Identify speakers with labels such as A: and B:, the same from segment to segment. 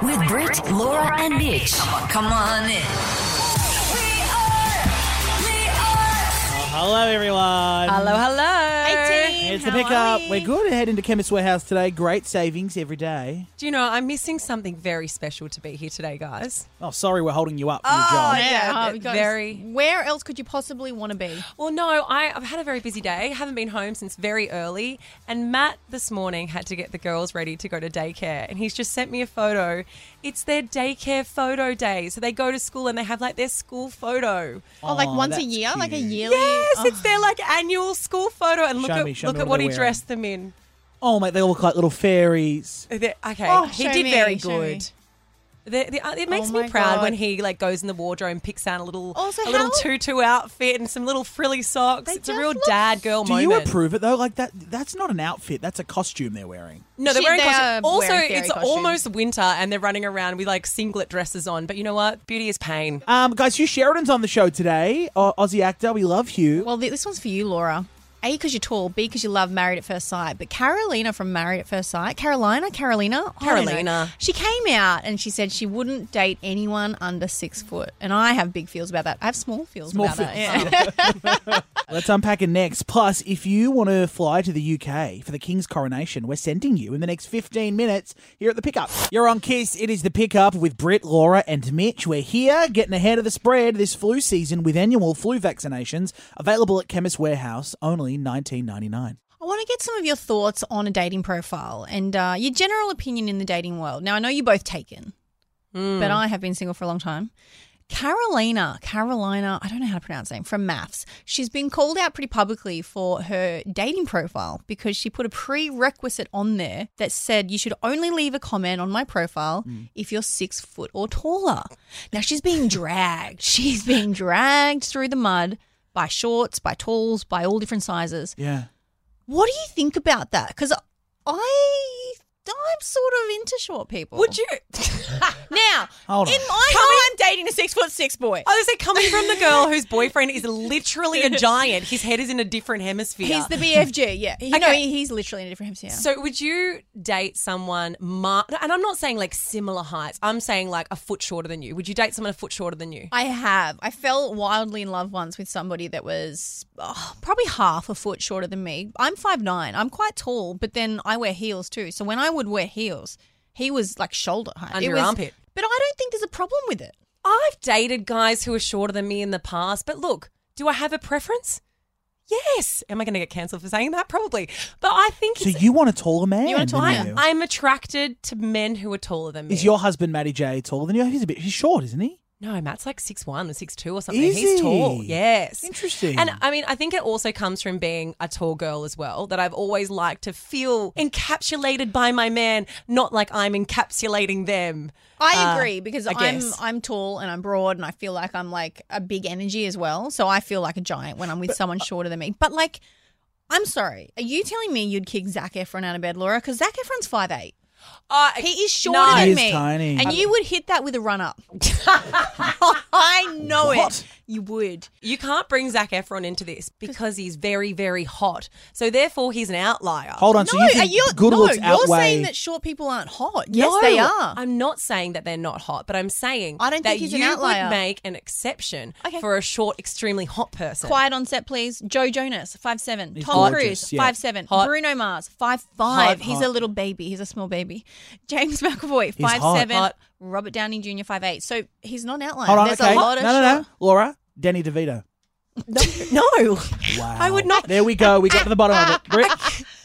A: with Britt, Laura, and Mitch. Come on in. We are, we are.
B: Hello, everyone.
C: Hello, hello.
D: Hey, team.
B: It's the
D: How are
B: pickup.
D: we?
B: We're good ahead into Chemist Warehouse today. Great savings every day.
C: Do you know I'm missing something very special to be here today, guys?
B: Oh, sorry, we're holding you up for your job.
D: Yeah,
C: Yeah,
D: oh, we've got to-
C: very.
D: Where else could you possibly want to be?
C: Well, no, I, I've had a very busy day. Haven't been home since very early. And Matt this morning had to get the girls ready to go to daycare, and he's just sent me a photo. It's their daycare photo day, so they go to school and they have like their school photo.
D: Oh, like
B: Aw,
D: once a
B: that's
D: year, like a
B: cute.
D: yearly.
C: Yes,
D: oh.
C: it's their like annual school photo, and look
B: Show
C: at
B: me, show
C: look
B: me
C: at
B: what
C: what
B: they're
C: he
B: wearing.
C: dressed them in.
B: Oh, mate, they all look like little fairies.
C: They're- okay,
D: Oh,
C: he
D: show
C: did
D: me,
C: very
D: show me.
C: good. The, the, uh, it makes
D: Oh
C: me
D: my
C: proud when
D: God.
C: he like goes in the wardrobe and picks out a little
D: Also,
C: a little
D: how-
C: tutu outfit and some little frilly socks.
D: They
C: It's a
D: just
C: real
D: look-
C: dad girl
B: Do
C: moment.
B: you approve it though? Like that—that's not an outfit. That's a costume they're wearing.
C: No, they're
D: She-
C: wearing
D: they
C: costumes.
D: are
C: Also,
D: wearing fairy
C: it's
D: costumes.
C: almost winter and they're running around with like singlet dresses on. But you know what? Beauty is pain.
B: Um, guys, Hugh Sheridan's on the show today. O- Aussie actor. We love Hugh.
D: Well, th- this one's for you, Laura. A, because you're tall. B, because you love Married at First Sight. But Carolina from Married at First Sight, Carolina, Carolina, I don't know.
C: Carolina.
D: She came out and she said she wouldn't date anyone under six foot. And I have big feels about that. I have small feels
B: Small
D: about that.
B: feels.
C: Oh.
D: Yeah.
B: Let's unpack it next. Plus, if you want to fly to the UK for the King's coronation, we're sending you in the next 15 minutes here at the pickup. You're on Kiss. It is the pickup with Britt, Laura, and Mitch. We're here getting ahead of the spread this flu season with annual flu vaccinations available at Chemist Warehouse, only 19.99.
D: I want to get some of your thoughts on a dating profile and uh, your general opinion in the dating world. Now, I know you both taken, but I have been single for a long time. Carolina, Carolina, I don't know how to pronounce her name, from Maths. She's been called out pretty publicly for her dating profile because she put a prerequisite on there that said, you should only leave a comment on my profile if you're six foot or taller. Now, she's being dragged. She's being dragged through the mud by shorts, by talls, by all different sizes.
B: Yeah.
D: What do you think about that? Because I, I'm sort of into short people.
C: Would you?
D: now?
B: Hold on.
D: In my Oh, heart, I'm dating a six foot six boy.
C: I was like coming from the girl whose boyfriend is literally a giant. His head is in a different hemisphere.
D: He's the BFG. Yeah, you know
C: Okay.
D: he- he's literally in a different hemisphere.
C: So would you date someone mar- and I'm not saying like similar heights. I'm saying like a foot shorter than you. Would you date someone a foot shorter than you?
D: I have. I fell wildly in love once with somebody that was oh, probably half a foot shorter than me. I'm 5'9. I'm quite tall, but then I wear heels too. So when I would wear heels, he was like shoulder height.
C: Under
D: It
C: your
D: was-
C: armpit.
D: But I don't think there's a problem with it.
C: I've dated guys who are shorter than me in the past, but look, do I have a preference? Yes. Am I going to get cancelled for saying that? Probably. But I think
B: So
C: it's,
B: you want a taller man?
D: You want a
B: than
D: taller man?
B: you.
C: I'm attracted to men who are taller than me.
B: Is your husband Matty J taller than you? He's a bit. He's short, isn't he?
C: No, Matt's like six one or six two or something.
B: Is
C: He's
B: he?
C: tall. Yes.
B: Interesting.
D: uh,
C: And I mean, I think it also comes from being a tall girl as well, that I've always liked to feel encapsulated by my man, not like I'm encapsulating them.
D: I
C: Uh,
D: agree because
C: I
D: I'm
C: guess.
D: I'm tall and I'm broad and I feel like I'm like a big energy as well. So I feel like a giant when I'm with someone
B: uh,
D: shorter than me. But like, I'm sorry, are you telling me you'd kick Zach Efron out of bed, Laura? Because Zach Efron's five eight.
C: Uh,
D: He is shorter
C: No.
D: than
B: He is
D: me,
B: tiny.
D: and you would hit that with a run up. I know
B: What?
D: it. You would.
C: You can't bring Zach Efron into this because he's very, very hot. So therefore, he's an outlier.
B: Hold on. so
D: no,
B: you
D: are
B: think
D: you?
B: good
D: no,
B: looks
D: you're
B: outweigh?
D: saying that short people aren't hot. Yes,
C: No,
D: they are.
C: I'm not saying that they're not hot, but I'm saying
D: I don't
C: that
D: think he's
C: you
D: an outlier.
C: would make an exception
D: Okay.
C: for a short, extremely hot person.
D: Quiet on set, please. Joe Jonas, five seven.
B: He's
D: Tom
B: gorgeous,
D: Cruise,
B: yeah.
D: five seven.
C: Hot.
D: Bruno Mars, five five.
B: Hot,
D: He's
B: hot.
D: a little baby. He's a small baby. James
B: He's
D: McAvoy, five
B: hot.
D: seven.
C: Hot.
D: Robert Downey Jr. five eight. So he's not an outlier.
B: Hold on.
D: There's
B: okay.
D: a lot of
B: no, no, no.
D: short-
B: Laura, Danny DeVito.
C: No, no.
B: Wow.
C: I would not.
B: There we go. We got to the bottom of it. Britt,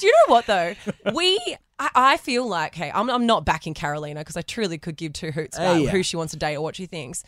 C: Do you know what though? We, I, I feel like, hey, I'm, I'm not backing Carolina because I truly could give two hoots about
B: Oh, yeah.
C: who she wants to date or what she thinks.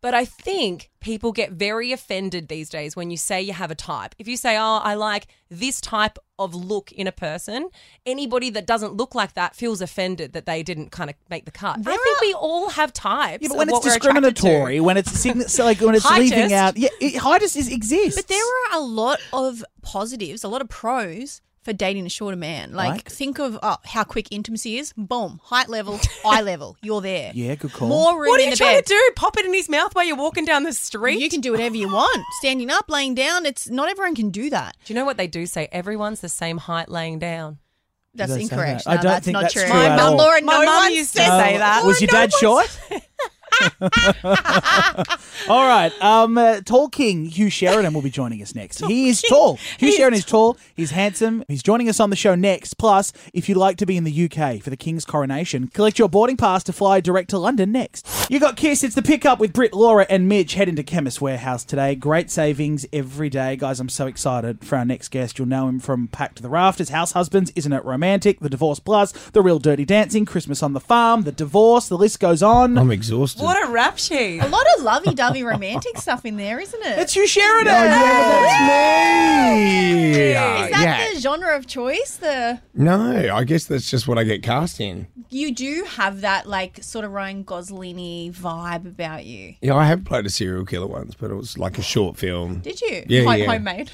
C: But I think people get very offended these days when you say you have a type. If you say, oh, I like this type of look in a person, anybody that doesn't look like that feels offended that they didn't kind of make the cut. I think we all have types.
B: Yeah, but
C: of
B: when it's
C: what we're attracted to.
B: discriminatory, when it's sign- so, like when it's leaving
C: Heightist.
B: out, yeah, it, heightist is, exists.
D: But there are a lot of positives, a lot of pros for dating a shorter man. Like
B: Like?
D: think of oh, how quick intimacy is. Boom, height level, eye level. You're there.
B: Yeah, good call. Uh,
D: More room
C: What are
D: in
C: you
D: the
C: trying
D: bed.
C: to do? Pop it in his mouth while you're walking down the street?
D: You can do whatever you want. Standing up, laying down. It's not everyone can do that.
C: do you know what they do say? Everyone's the same height laying down.
D: That's
B: I say
D: incorrect.
B: that? I
D: No,
B: don't
D: that's
B: think
D: not
B: that's
D: true.
B: true My at mum- all.
D: Laura,
C: My
D: no
C: mum
D: one
C: used to
D: said
C: say
B: Uh,
C: that.
B: Was your dad short? All right. Um, uh, tall King Hugh Sheridan will be joining us next. he is tall. Hugh Sheridan is tall. He's handsome. He's joining us on the show next. Plus, if you'd like to be in the UK for the King's coronation, collect your boarding pass to fly direct to London next. You got Kiss. It's the pickup with Britt, Laura, and Midge. Head into Chemist Warehouse today. Great savings every day. Guys, I'm so excited for our next guest. You'll know him from Pack to the Rafters, House Husbands, Isn't It Romantic, The Divorce Plus, The Real Dirty Dancing, Christmas on the Farm, The Divorce. The list goes on.
E: I'm exhausted.
C: What a rap sheet.
D: A lot of lovey dovey romantic stuff in there, isn't it?
B: It's Hugh Sheridan.
E: me.
D: Is that the genre of choice? The
E: No, I guess that's just what I get cast in.
D: you do have that like sort of Ryan Gosling vibe about you.
E: Yeah, I have played a serial killer once, but it was like a short film.
D: Did you?
E: Yeah,
D: Home-
E: yeah.
D: Homemade.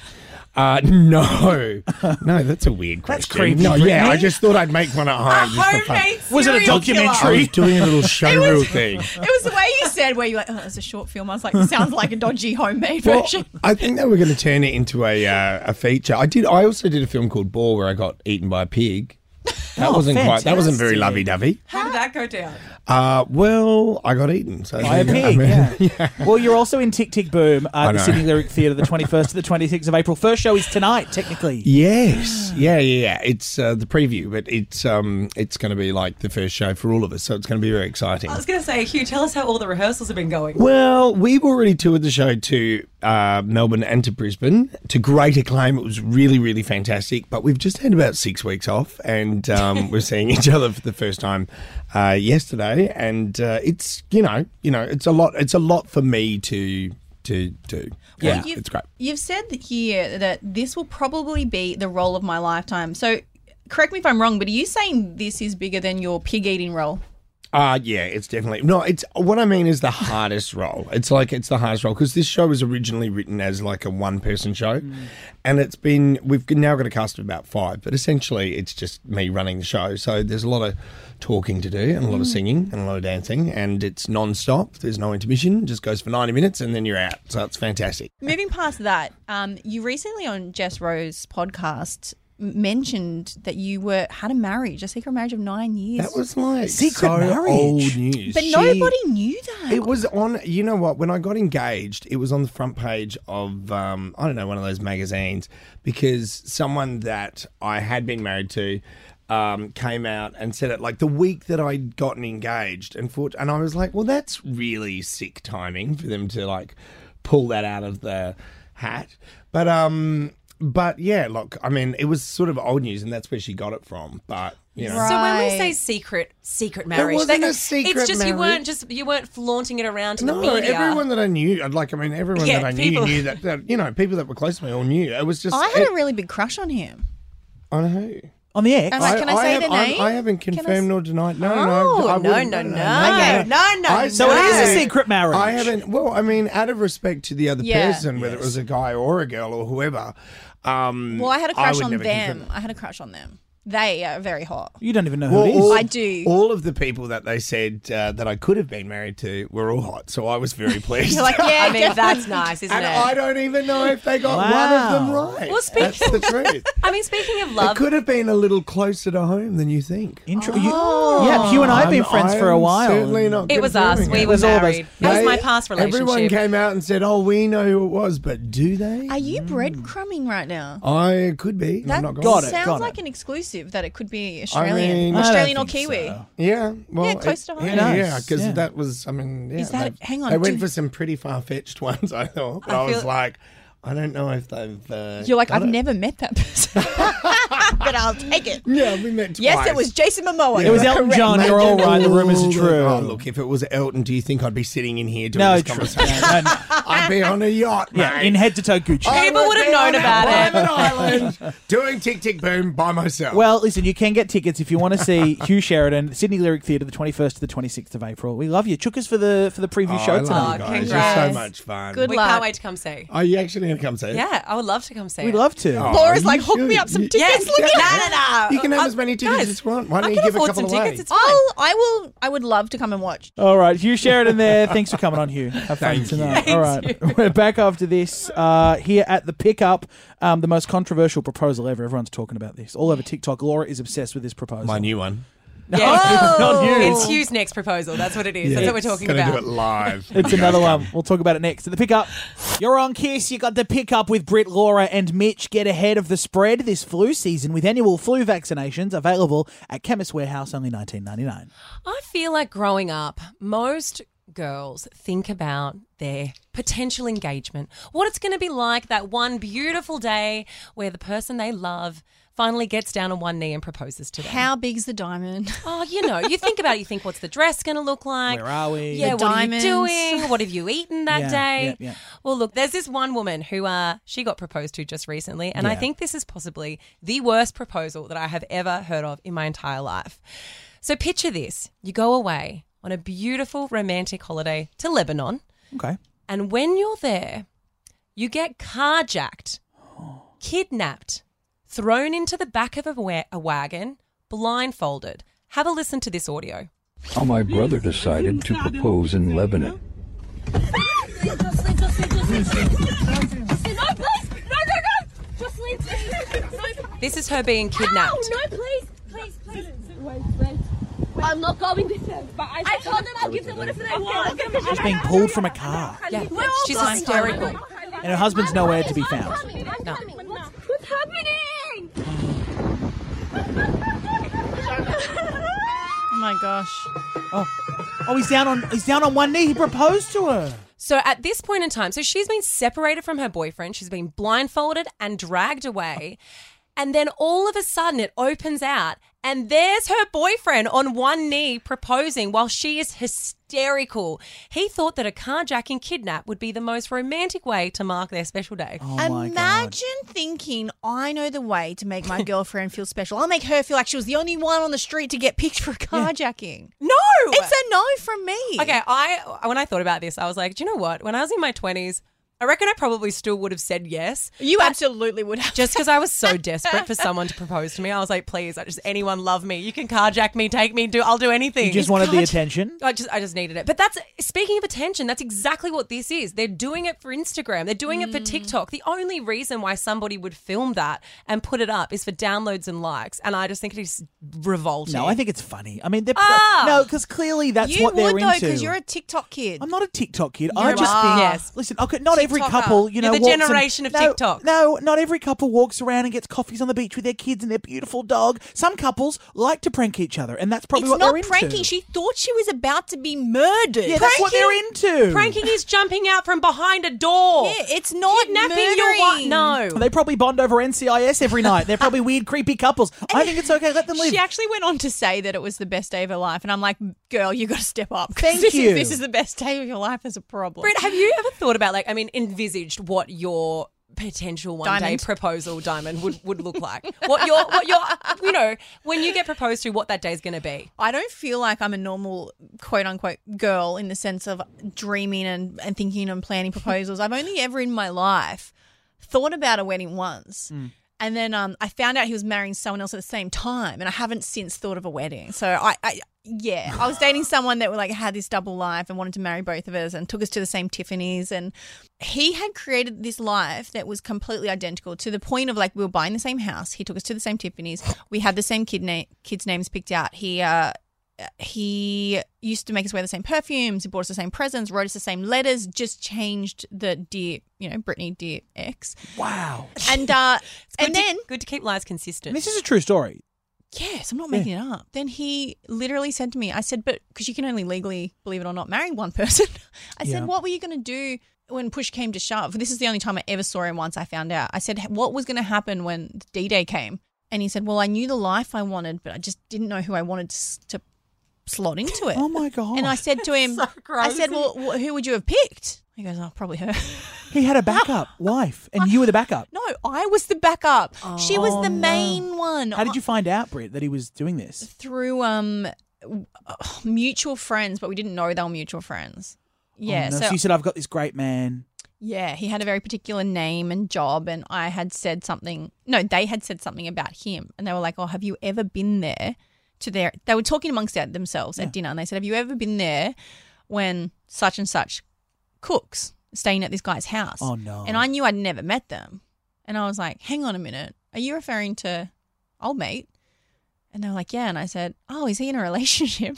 E: Uh, no, no, that's a weird question.
B: That's creepy,
E: No, yeah,
B: Brittany.
E: I just thought I'd make one at home just for fun.
C: Homemade
B: Was it a
C: serial
B: documentary?
E: I
C: killer.
E: was doing a little showreel thing.
D: It was the way you said where you were like, oh, it's a short film. I was like, this sounds like a dodgy homemade
E: Well,
D: version.
E: I think they were going to turn it into a uh, a feature. I did. I also did a film called Boar where I got eaten by a pig. That
B: Oh,
E: wasn't quite. That wasn't very
B: fantastic.
E: lovey dovey.
C: How did that go down?
E: Uh, well, I got eaten. So
B: By a
E: I
B: pig,
E: mean-
B: yeah. Well, you're also in Tick Tick Boom at the
E: know.
B: Sydney Lyric Theatre, the 21st to the 26th of April. First show is tonight, technically.
E: Yes. Yeah, yeah, yeah. It's uh, the preview, but it's um, it's going to be like the first show for all of us, so it's going to be very exciting.
C: I was going to say, Hugh, tell us how all the rehearsals have been going.
E: Well, we've already toured the show to uh, Melbourne and to Brisbane to great acclaim. It was really, really fantastic. But we've just had about six weeks off, and um, we're seeing each other for the first time uh, yesterday. And uh, it's you know, you know, it's a lot. It's a lot for me to to do.
B: Yeah.
E: And
D: You've-
E: it's great.
D: You've said that here that this will probably be the role of my lifetime. So correct me if I'm wrong, but are you saying this is bigger than your pig eating role?
E: Uh, yeah, it's definitely no. It's what I mean is the hardest role. It's like it's the hardest role because this show was originally written as like a one-person show, and it's been we've now got a cast of about five, but essentially it's just me running the show. So there's a lot of talking to do and a lot of singing and a lot of dancing, and it's non-stop. There's no intermission. It just goes for ninety minutes, and then you're out. So it's fantastic.
D: Moving past that, um, you recently on Jess Rose podcast m- mentioned that you were had a marriage, a secret marriage of nine years.
E: That was like
B: Secret
E: so
B: marriage.
E: old news.
D: but
E: She-
D: nobody knew that.
E: It was on. You know what? When I got engaged, it was on the front page of um, I don't know one of those magazines because someone that I had been married to um, came out and said it like the week that I'd gotten engaged, and for, and I was like, well, that's really sick timing for them to like pull that out of the hat. But um, but yeah, look, I mean, it was sort of old news, and that's where she got it from. But you know,
D: Right.
C: So when we say secret, secret marriage,
E: wasn't a secret
C: it's just you weren't
E: marriage.
C: just you weren't flaunting it around to
E: No,
C: the media.
E: everyone that I knew, I'd like, I mean, everyone
C: Yeah,
E: that I
C: people-
E: knew knew that, that, you know, people that were close to me all knew. It was just.
D: I had
E: it-
D: a really big crush on him.
E: on who?
B: On the X.
D: Am I- Can say
E: have-
D: the
E: I'm-
D: name?
E: I haven't
D: Can I
E: confirmed nor denied. No,
C: Oh,
E: no, I
C: no,
E: wouldn't-
C: no, no. No, no,
E: I
C: no.
B: so it is a
E: say-
B: secret marriage.
E: I haven't. Well, I mean, out of respect to the other
D: Yeah.
E: person, whether it was a guy or a girl or whoever. Um,
D: Well, I had a crush
E: would
D: on
E: never confirm
D: them.
E: it.
D: I had a crush on them. They are very hot.
B: You don't even know
E: Well,
B: who it is.
E: all-
D: I do.
E: All of the people that they said uh, that I could have been married to were all hot, so I was very pleased.
D: You're like, yeah,
C: I mean, that's nice, isn't
E: and
C: it?
E: I
C: I,
E: don't even know if they got
B: Wow.
E: one of them right.
C: Well, speaking-
E: That's the truth.
C: mean, speaking of
E: It
C: love,
E: could have been a little closer to home than you think.
B: Intro- you-
D: Oh.
B: yeah, you and I have been
E: I'm-
B: friends for a
E: I'm
B: while.
E: Certainly
B: and-
E: not.
C: it was us.
E: confirming
C: We
E: it.
C: were
B: was all those-
C: married. That was
E: They-
C: my past relationship.
E: Everyone came out and said, "Oh, we know who it was," but do they?
D: Are you breadcrumbing right now?
E: I could be.
D: That
E: I'm not
B: Got
E: gonna-
B: it,
D: sounds
B: got
D: like
B: it.
D: an exclusive that it could be Australian,
E: mean- I
B: don't
D: Australian or
B: think
D: Kiwi.
B: so.
E: Yeah, well,
D: Yeah, close to home.
E: Yeah,
B: Nice,
E: yeah, because
B: yeah.
E: that was. I mean, yeah,
D: Is that-
E: they-
D: hang on,
E: They
D: do-
E: went for some pretty far fetched ones. I thought. But I, was
C: feel-
E: like, I don't know if they've. Uh,
D: You're like,
E: got
D: I've
E: it."
D: never met that person, but I'll take it.
E: Yeah, we met twice.
D: Yes, it was Jason Momoa.
B: It was Elton
D: Correct.
B: John. You're all right. The rumours are true.
E: Oh, look, if it was Elton, do you think I'd be sitting in here doing
B: No,
E: this
B: true.
E: conversation?
B: No, no, no.
E: I'd be on a yacht, mate.
B: yeah, in head to toe Gucci.
E: I
C: People would have
E: be
C: known
E: on a
C: about it.
E: private island doing tick tick boom by myself.
B: Well, listen, you can get tickets if you want to see Hugh Sheridan, Sydney Lyric Theatre, the 21st to the 26th of April. We love you. Chookers for the for the preview
E: Oh, I
B: show
E: love
B: tonight.
E: you
C: Oh,
E: guys. You're so
C: congrats.
E: much fun.
D: Good
C: we
D: luck.
C: can't wait to come see.
E: I actually going to come see it.
C: Yeah, I would love to come see
B: We'd
C: it.
B: love to.
E: Oh,
D: Laura's
E: you
D: like, hook me
E: should.
D: up some
E: You-
D: tickets. Look at that.
C: No, no, no.
E: You can have
C: I-
E: as many tickets
C: guys,
E: as you want. Why
C: I
E: don't you
C: can
E: give a
C: afford
E: couple
C: some
E: away?
C: tickets. It's fine.
D: I'll, I will. I would love to come and watch.
B: All right, Hugh Sheridan there. Thanks for coming on, Hugh. Have fun tonight. All right, we're back after this uh, here at the pickup. Um, the most controversial proposal ever. Everyone's talking about this all over TikTok. Laura is obsessed with this proposal.
E: My new one.
C: Yeah.
B: it's not you.
C: It's Hugh's next proposal. That's what it is. That's what we're talking
E: Gonna
C: about.
E: do it live.
B: It's another one. We'll talk about it next. At the pickup, you're on Kiss. You got the pickup with Britt, Laura, and Mitch. Get ahead of the spread this flu season with annual flu vaccinations available at Chemist Warehouse. Only 19.99.
C: I feel like growing up, most girls think about their potential engagement, what it's going to be like that one beautiful day where the person they love finally gets down on one knee and proposes to them.
D: How big's the diamond?
C: Oh, you know, you think about it. You think, what's the dress going to look like?
B: Where are we?
C: Yeah,
D: The
C: what
D: diamonds.
C: are you doing? What have you eaten that
B: Yeah,
C: day?
B: yeah, yeah.
C: Well, look, there's this one woman who uh, she got proposed to just recently, and I
B: Yeah.
C: think this is possibly the worst proposal that I have ever heard of in my entire life. So picture this: you go away on a beautiful romantic holiday to Lebanon,
B: Okay.
C: and when you're there, you get carjacked, kidnapped, thrown into the back of a, wa- a wagon, blindfolded. Have a listen to this audio.
F: how my brother decided to propose in Lebanon.
G: Just leave, just leave, just leave, just leave. Just leave, no, please. No, no, no. Just leave, please. No, please.
C: This is her being kidnapped.
G: Ow, no, please. Please, please. Wait, wait. I'm not going with them. But I, I told them I'll give them whatever they want.
B: She's being pulled from a car,
C: Yeah,
G: We're all
C: she's
G: going.
C: hysterical.
B: and her husband's nowhere to be found.
G: coming. I'm
C: No.
G: coming. What's, what's happening?
D: Oh my gosh.
B: Oh, oh, he's down on he's down on one knee. He proposed to her.
C: So at this point in time, so she's been separated from her boyfriend, she's been blindfolded and dragged away. And then all of a sudden it opens out, and there's her boyfriend on one knee proposing while she is hysterical. He thought that a carjacking kidnap would be the most romantic way to mark their special day.
B: Oh my god.
D: Imagine thinking, I know the way to make my girlfriend feel special. I'll make her feel like she was the only one on the street to get picked for a carjacking.
C: No!
D: It's a no from me.
C: Okay, I when I thought about this, I was like, do you know what? When I was in my 20s, I reckon I probably still would have said yes.
D: You absolutely would have.
C: just because I was so desperate for someone to propose to me, I was like, please, I just anyone love me. You can carjack me, take me, do I'll do anything.
B: You just wanted the attention.
C: I just I just needed it. But that's speaking of attention, that's exactly what this is. They're doing it for Instagram. They're doing it for TikTok. The only reason why somebody would film that and put it up is for downloads and likes. And I just think it is revolting.
B: No, I think it's funny. I mean, they're
C: Ah!
B: no, because clearly that's
D: you
B: what they're
D: would though,
B: into.
D: because you're a TikTok kid.
B: I'm not a TikTok kid. I
D: You're
B: just
D: a-
B: think,
C: Yes.
B: listen, okay, not every
C: TikToker.
B: couple, you
C: You're
B: know,
C: the
B: walks in-
C: generation of
B: no,
C: TikTok.
B: No, not every couple walks around and gets coffees on the beach with their kids and their beautiful dog. Some couples like to prank each other, and that's probably
D: It's
B: what
D: not
B: they're
D: pranking.
B: into.
D: She thought she was about to be murdered.
B: yeah, that's what they're into.
C: Pranking is jumping out from behind a door.
D: Yeah, it's not
C: Kidnapping
D: murdering.
C: your wife. No.
B: They probably bond over NCIS every night. They're probably weird, creepy couples. I think it's okay. Let them live.
D: She actually went on to say that it was the best day of her life, and I'm like, girl, you got to step up. 'cause
B: Thank
D: this
B: you.
D: Is, this is the best day of your life. There's a problem.
C: Britt, have you ever thought about like I mean, envisaged what your potential one
D: Diamond.
C: day proposal diamond would, would look like? what your what your you know, when you get proposed to, what that day's gonna be.
D: I don't feel like I'm a normal quote unquote girl in the sense of dreaming and, and thinking and planning proposals. I've only ever in my life thought about a wedding once. And then um, I found out he was marrying someone else at the same time, and I haven't since thought of a wedding. So I, I yeah, I was dating someone that like had this double life and wanted to marry both of us, and took us to the same Tiffany's, and he had created this life that was completely identical to the point of like we were buying the same house. He took us to the same Tiffany's. We had the same kid na- kids' names picked out. He uh, he used to make us wear the same perfumes. He bought us the same presents, wrote us the same letters, just changed the dear, you know, Brittany, dear ex.
B: wow.
D: And uh,
C: Good
D: and
C: to-
D: then,
C: good to keep lies consistent.
B: And this is a true story.
D: yes, I'm not making it up. Then he literally said to me, I said, but because you can only legally, believe it or not, marry one person. I
B: Yeah.
D: said, what were you going to do when push came to shove? This is the only time I ever saw him once I found out. I said, what was going to happen when D Day came? And he said, well, I knew the life I wanted, but I just didn't know who I wanted to, s- to slot into it.
B: Oh my god.
D: And I said to him, I said, well, wh- who would you have picked? He goes, oh, probably her.
B: he had a backup wife, and you were the backup.
D: no, I was the backup. she was the main one.
B: Oh, How did you find out, Britt, that he was doing this?
D: Through um, w- oh, mutual friends, but we didn't know they were mutual friends. Yeah.
B: Oh, no.
D: so,
B: you said I've got this great man.
D: Yeah, he had a very particular name and job, and I had said something. No, they had said something about him, and they were like, "Oh, have you ever been there?" To their, they were talking amongst their- themselves at dinner, and they said, "Have you ever been there when such and such cooks staying at this guy's house?"
B: Oh, no.
D: And I knew I'd never met them, and I was like, "Hang on a minute, are you referring to old mate?" And they were like, "Yeah," and I said, "Oh, is he in a relationship?"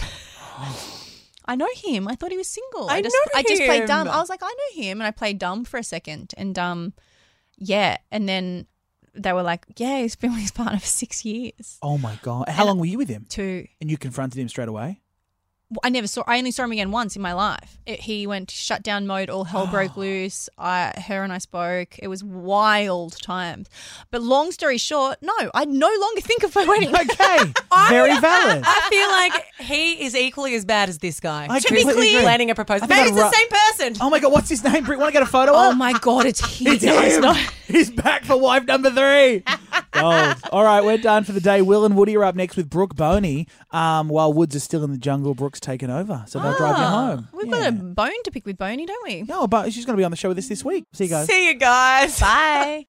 D: I know him. I thought he was single.
C: I
D: just
C: know
D: I just played dumb.
C: him.
D: I was like, I know him, and I played dumb for a second, and um, yeah, and then they were like, yeah, he's been with his partner for six years.
B: Oh my god! How long were you with him?
D: Two.
B: And you confronted him straight away.
D: I never saw. I only saw him again once in my life. It, he went to shutdown mode. All hell broke loose. I, her and I spoke. It was wild times. But long story short, no, I no longer think of my wedding.
B: Okay, very valid.
C: I feel like he is equally as bad as this guy.
B: I
C: to be
B: completely
C: clear,
B: agree.
C: planning a
B: I
C: proposal.
B: think
C: Maybe
B: I'd
C: it's the
B: ru-
C: same person.
B: Oh my god! What's his name? Brit, want to get a photo?
D: oh
B: up?
D: my god, it's he.
B: It's him. He's back for wife number three. Gold. All right, we're done for the day. Will and Woody are up next with Brooke Boney. Um, while Woods is still in the jungle, Brooke's taken over, so they'll drive you home.
D: Oh, Ah, We've
B: Yeah.
D: got a bone to pick with Boney, don't we?
B: Oh, no, but she's going to be on the show with us this week. See you guys.
C: See you guys. Bye.